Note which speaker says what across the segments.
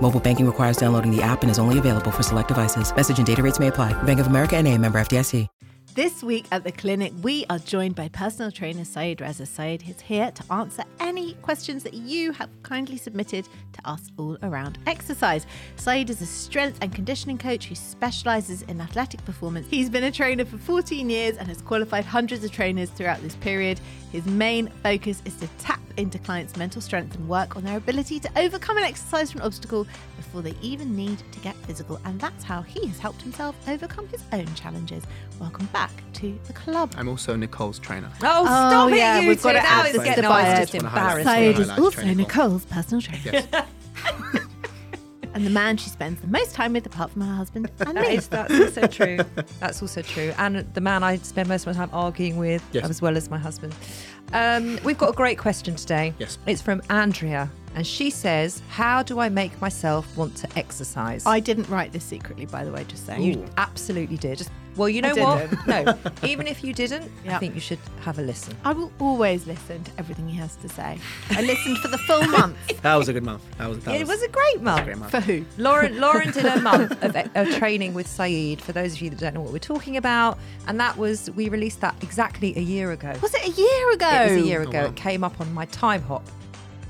Speaker 1: Mobile banking requires downloading the app and is only available for select devices. Message and data rates may apply. Bank of America and a member FDIC.
Speaker 2: This week at the clinic, we are joined by personal trainer Syed Reza Syed. He's here to answer any questions that you have kindly submitted to us all around exercise. Syed is a strength and conditioning coach who specializes in athletic performance. He's been a trainer for 14 years and has qualified hundreds of trainers throughout this period. His main focus is to tap into clients' mental strength and work on their ability to overcome an exercise or an obstacle before they even need to get physical. And that's how he has helped himself overcome his own challenges. Welcome back to the club.
Speaker 3: I'm also Nicole's trainer.
Speaker 4: Oh, stop
Speaker 2: yeah,
Speaker 4: it, you
Speaker 2: we've got
Speaker 4: two.
Speaker 2: to
Speaker 4: Now
Speaker 2: add
Speaker 4: it's
Speaker 2: the
Speaker 4: getting
Speaker 2: bio.
Speaker 4: on. It's just
Speaker 2: Just
Speaker 3: wanna highlight
Speaker 4: embarrassing.
Speaker 2: Syed is
Speaker 3: Highlight
Speaker 2: also
Speaker 3: training.
Speaker 2: Nicole's personal trainer
Speaker 3: Yes.
Speaker 2: and the man she spends the most time with apart from her husband and
Speaker 4: That
Speaker 2: me.
Speaker 4: is- That's also true. That's also true. And the man I spend most of my time arguing with,
Speaker 3: Yes.
Speaker 4: as well as my husband. Um, we've got a great question today.
Speaker 3: Yes.
Speaker 4: It's from Andrea, and she says, "How do I make myself want to exercise?"
Speaker 2: I didn't write this secretly, by the way, just saying.
Speaker 4: you absolutely did. Well, you know what? No, even if you didn't, I
Speaker 2: Yeah.
Speaker 4: think you should have a listen.
Speaker 2: I will always listen to everything he has to say. I listened for the full month.
Speaker 3: That was a good month. That was. That
Speaker 4: it was a great month.
Speaker 3: great month.
Speaker 2: For who?
Speaker 4: Lauren, Lauren did a month of, of training with Saeed. For those of you that don't know what we're talking about, and that was we released that exactly a year ago.
Speaker 2: Was it a year ago?
Speaker 4: It was a year ago. It came up on my time hop.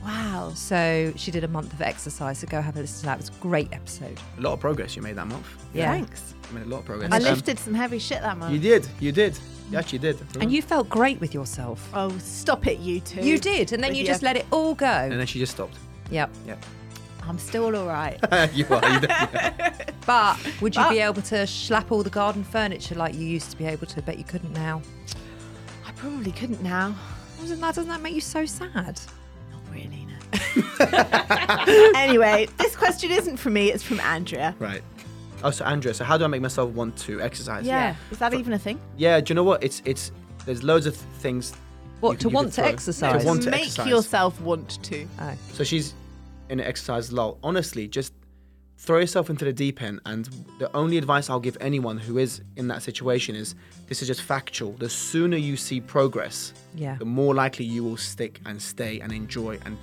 Speaker 2: Wow.
Speaker 4: So she did a month of exercise. So go have a listen to that. It was a great episode.
Speaker 3: a lot of progress you made that month.
Speaker 4: Yeah.
Speaker 2: Thanks.
Speaker 3: I made a lot of progress.
Speaker 2: I
Speaker 3: Um,
Speaker 2: lifted some heavy shit that month.
Speaker 3: you did. You did. You actually did.
Speaker 4: And you felt great with yourself.
Speaker 2: Oh, stop it, you two.
Speaker 4: You did. And then
Speaker 2: But
Speaker 4: you
Speaker 2: yeah,
Speaker 4: just let it all
Speaker 3: And
Speaker 4: go.
Speaker 3: then she just stopped.
Speaker 4: Yep.
Speaker 3: Yeah.
Speaker 2: I'm still all right.
Speaker 3: you are. You did. yeah.
Speaker 4: But would you be able to slap all the garden furniture like you used to be able to? Bet you couldn't now.
Speaker 2: I probably couldn't now.
Speaker 4: Doesn't that, doesn't that make you so sad?
Speaker 2: Not really, no. anyway, this question isn't from me, it's from Andrea.
Speaker 3: Right. Oh, so Andrea, so how do I make myself want to exercise?
Speaker 2: Is that even a thing?
Speaker 3: Yeah. Do you know what? It's it's. There's loads of th- things.
Speaker 4: What,
Speaker 3: you
Speaker 4: to
Speaker 3: can- you
Speaker 4: want
Speaker 3: can
Speaker 4: to
Speaker 3: throw.
Speaker 4: exercise?
Speaker 3: To want to
Speaker 2: Make
Speaker 3: exercise. Uh,
Speaker 2: yourself want to.
Speaker 4: Oh.
Speaker 3: So she's in an exercise lull. Honestly, just throw yourself into the deep end. And the only advice I'll give anyone who is in that situation is this is just factual. The sooner you see progress,
Speaker 4: Yeah.
Speaker 3: the more likely you will stick and stay and enjoy and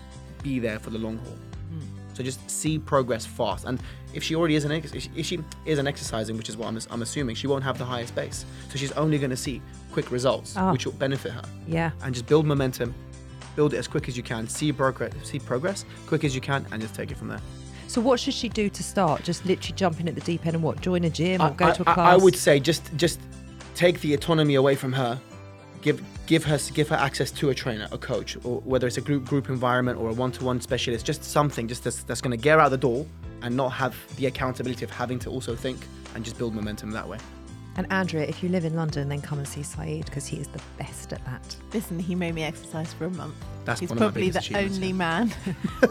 Speaker 3: be there for the long haul.
Speaker 4: Hmm.
Speaker 3: So just see progress fast. And if she already is an ex- if she- if she isn't exercising, which is what I'm, I'm assuming, she won't have the highest base. So she's only going to see quick results,
Speaker 4: Ah.
Speaker 3: which will benefit her
Speaker 4: Yeah.
Speaker 3: and just build momentum. Build it as quick as you can. See progress, see progress, quick as you can, and just take it from there.
Speaker 4: So what should she do to start? Just literally jump in at the deep end and what? Join a gym or
Speaker 3: I,
Speaker 4: go to a
Speaker 3: I-
Speaker 4: class?
Speaker 3: I would say just just take the autonomy away from her. Give give her give her access to a trainer, a coach, or whether it's a group group environment or a one to one specialist. Just something just that's, that's going to get her out the door and not have the accountability of having to also think and just build momentum that way.
Speaker 4: And Andrea, if you live in London, then come and see Saeed because he is the best at that.
Speaker 2: Listen, he made me exercise for a month.
Speaker 3: That's
Speaker 2: He's
Speaker 3: one of my
Speaker 2: probably
Speaker 3: biggest
Speaker 2: the
Speaker 3: achievements,
Speaker 2: only
Speaker 3: yeah.
Speaker 2: man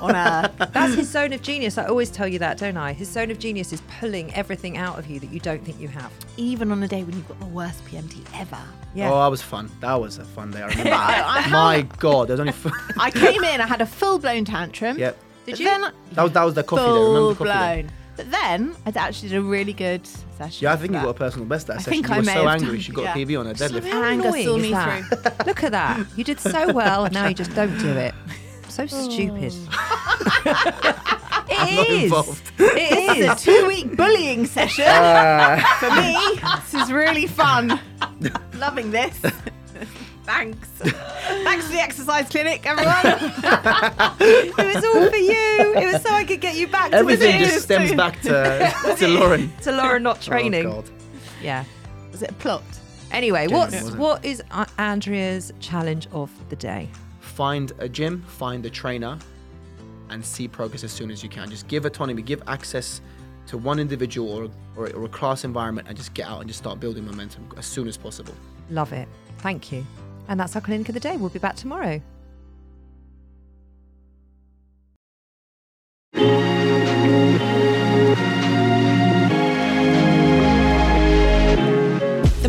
Speaker 2: on earth.
Speaker 4: That's his zone of genius. I always tell you that, don't I? His zone of genius is pulling everything out of you that you don't think you have.
Speaker 2: Even on a day when you've got the worst PMT ever.
Speaker 4: Yeah.
Speaker 3: Oh, that was fun. That was a fun day. I remember.
Speaker 2: I- I-
Speaker 3: My God, there's only. F-
Speaker 2: I came in, I had a full blown tantrum.
Speaker 3: Yep.
Speaker 4: Did
Speaker 2: But
Speaker 4: you?
Speaker 2: Then,
Speaker 3: That was- that was the coffee day.
Speaker 2: full
Speaker 3: Remember the coffee day?
Speaker 2: blown. But then I actually did a really good session.
Speaker 3: yeah, I think you
Speaker 2: after
Speaker 3: got a
Speaker 2: that.
Speaker 3: personal best that
Speaker 2: I
Speaker 3: session.
Speaker 2: think
Speaker 3: you
Speaker 2: I
Speaker 3: were
Speaker 2: may
Speaker 3: so
Speaker 2: have
Speaker 3: angry.
Speaker 2: done-
Speaker 3: She got
Speaker 2: yeah.
Speaker 3: a PB on her deadlift.
Speaker 4: How
Speaker 2: Anger
Speaker 4: annoying
Speaker 2: saw
Speaker 4: is
Speaker 2: me
Speaker 4: that?
Speaker 2: through.
Speaker 4: Look at that. You did so well. Now you just don't do it. So stupid.
Speaker 3: not
Speaker 4: It is.
Speaker 3: involved.
Speaker 4: It is.
Speaker 2: It's a two week bullying session
Speaker 3: Uh,
Speaker 2: for me. This is really fun. Loving this. Thanks. Thanks to the exercise clinic, everyone.
Speaker 4: It was all for you. It was so I could get you back to
Speaker 3: Everything
Speaker 4: the
Speaker 3: just stems back to, to Lauren.
Speaker 4: to Laura not training.
Speaker 3: Oh, God.
Speaker 4: Yeah.
Speaker 2: Was it a plot?
Speaker 4: Anyway,
Speaker 3: Gym,
Speaker 4: what's
Speaker 3: wasn't it?
Speaker 4: what is uh, Andrea's challenge of the day?
Speaker 3: Find a gym, find a trainer, and see progress as soon as you can. Just give autonomy, give access to one individual or, or, or a class environment, and just get out and just start building momentum as soon as possible.
Speaker 4: Love it. Thank you. And that's our clinic of the day. We'll be back tomorrow.
Speaker 5: The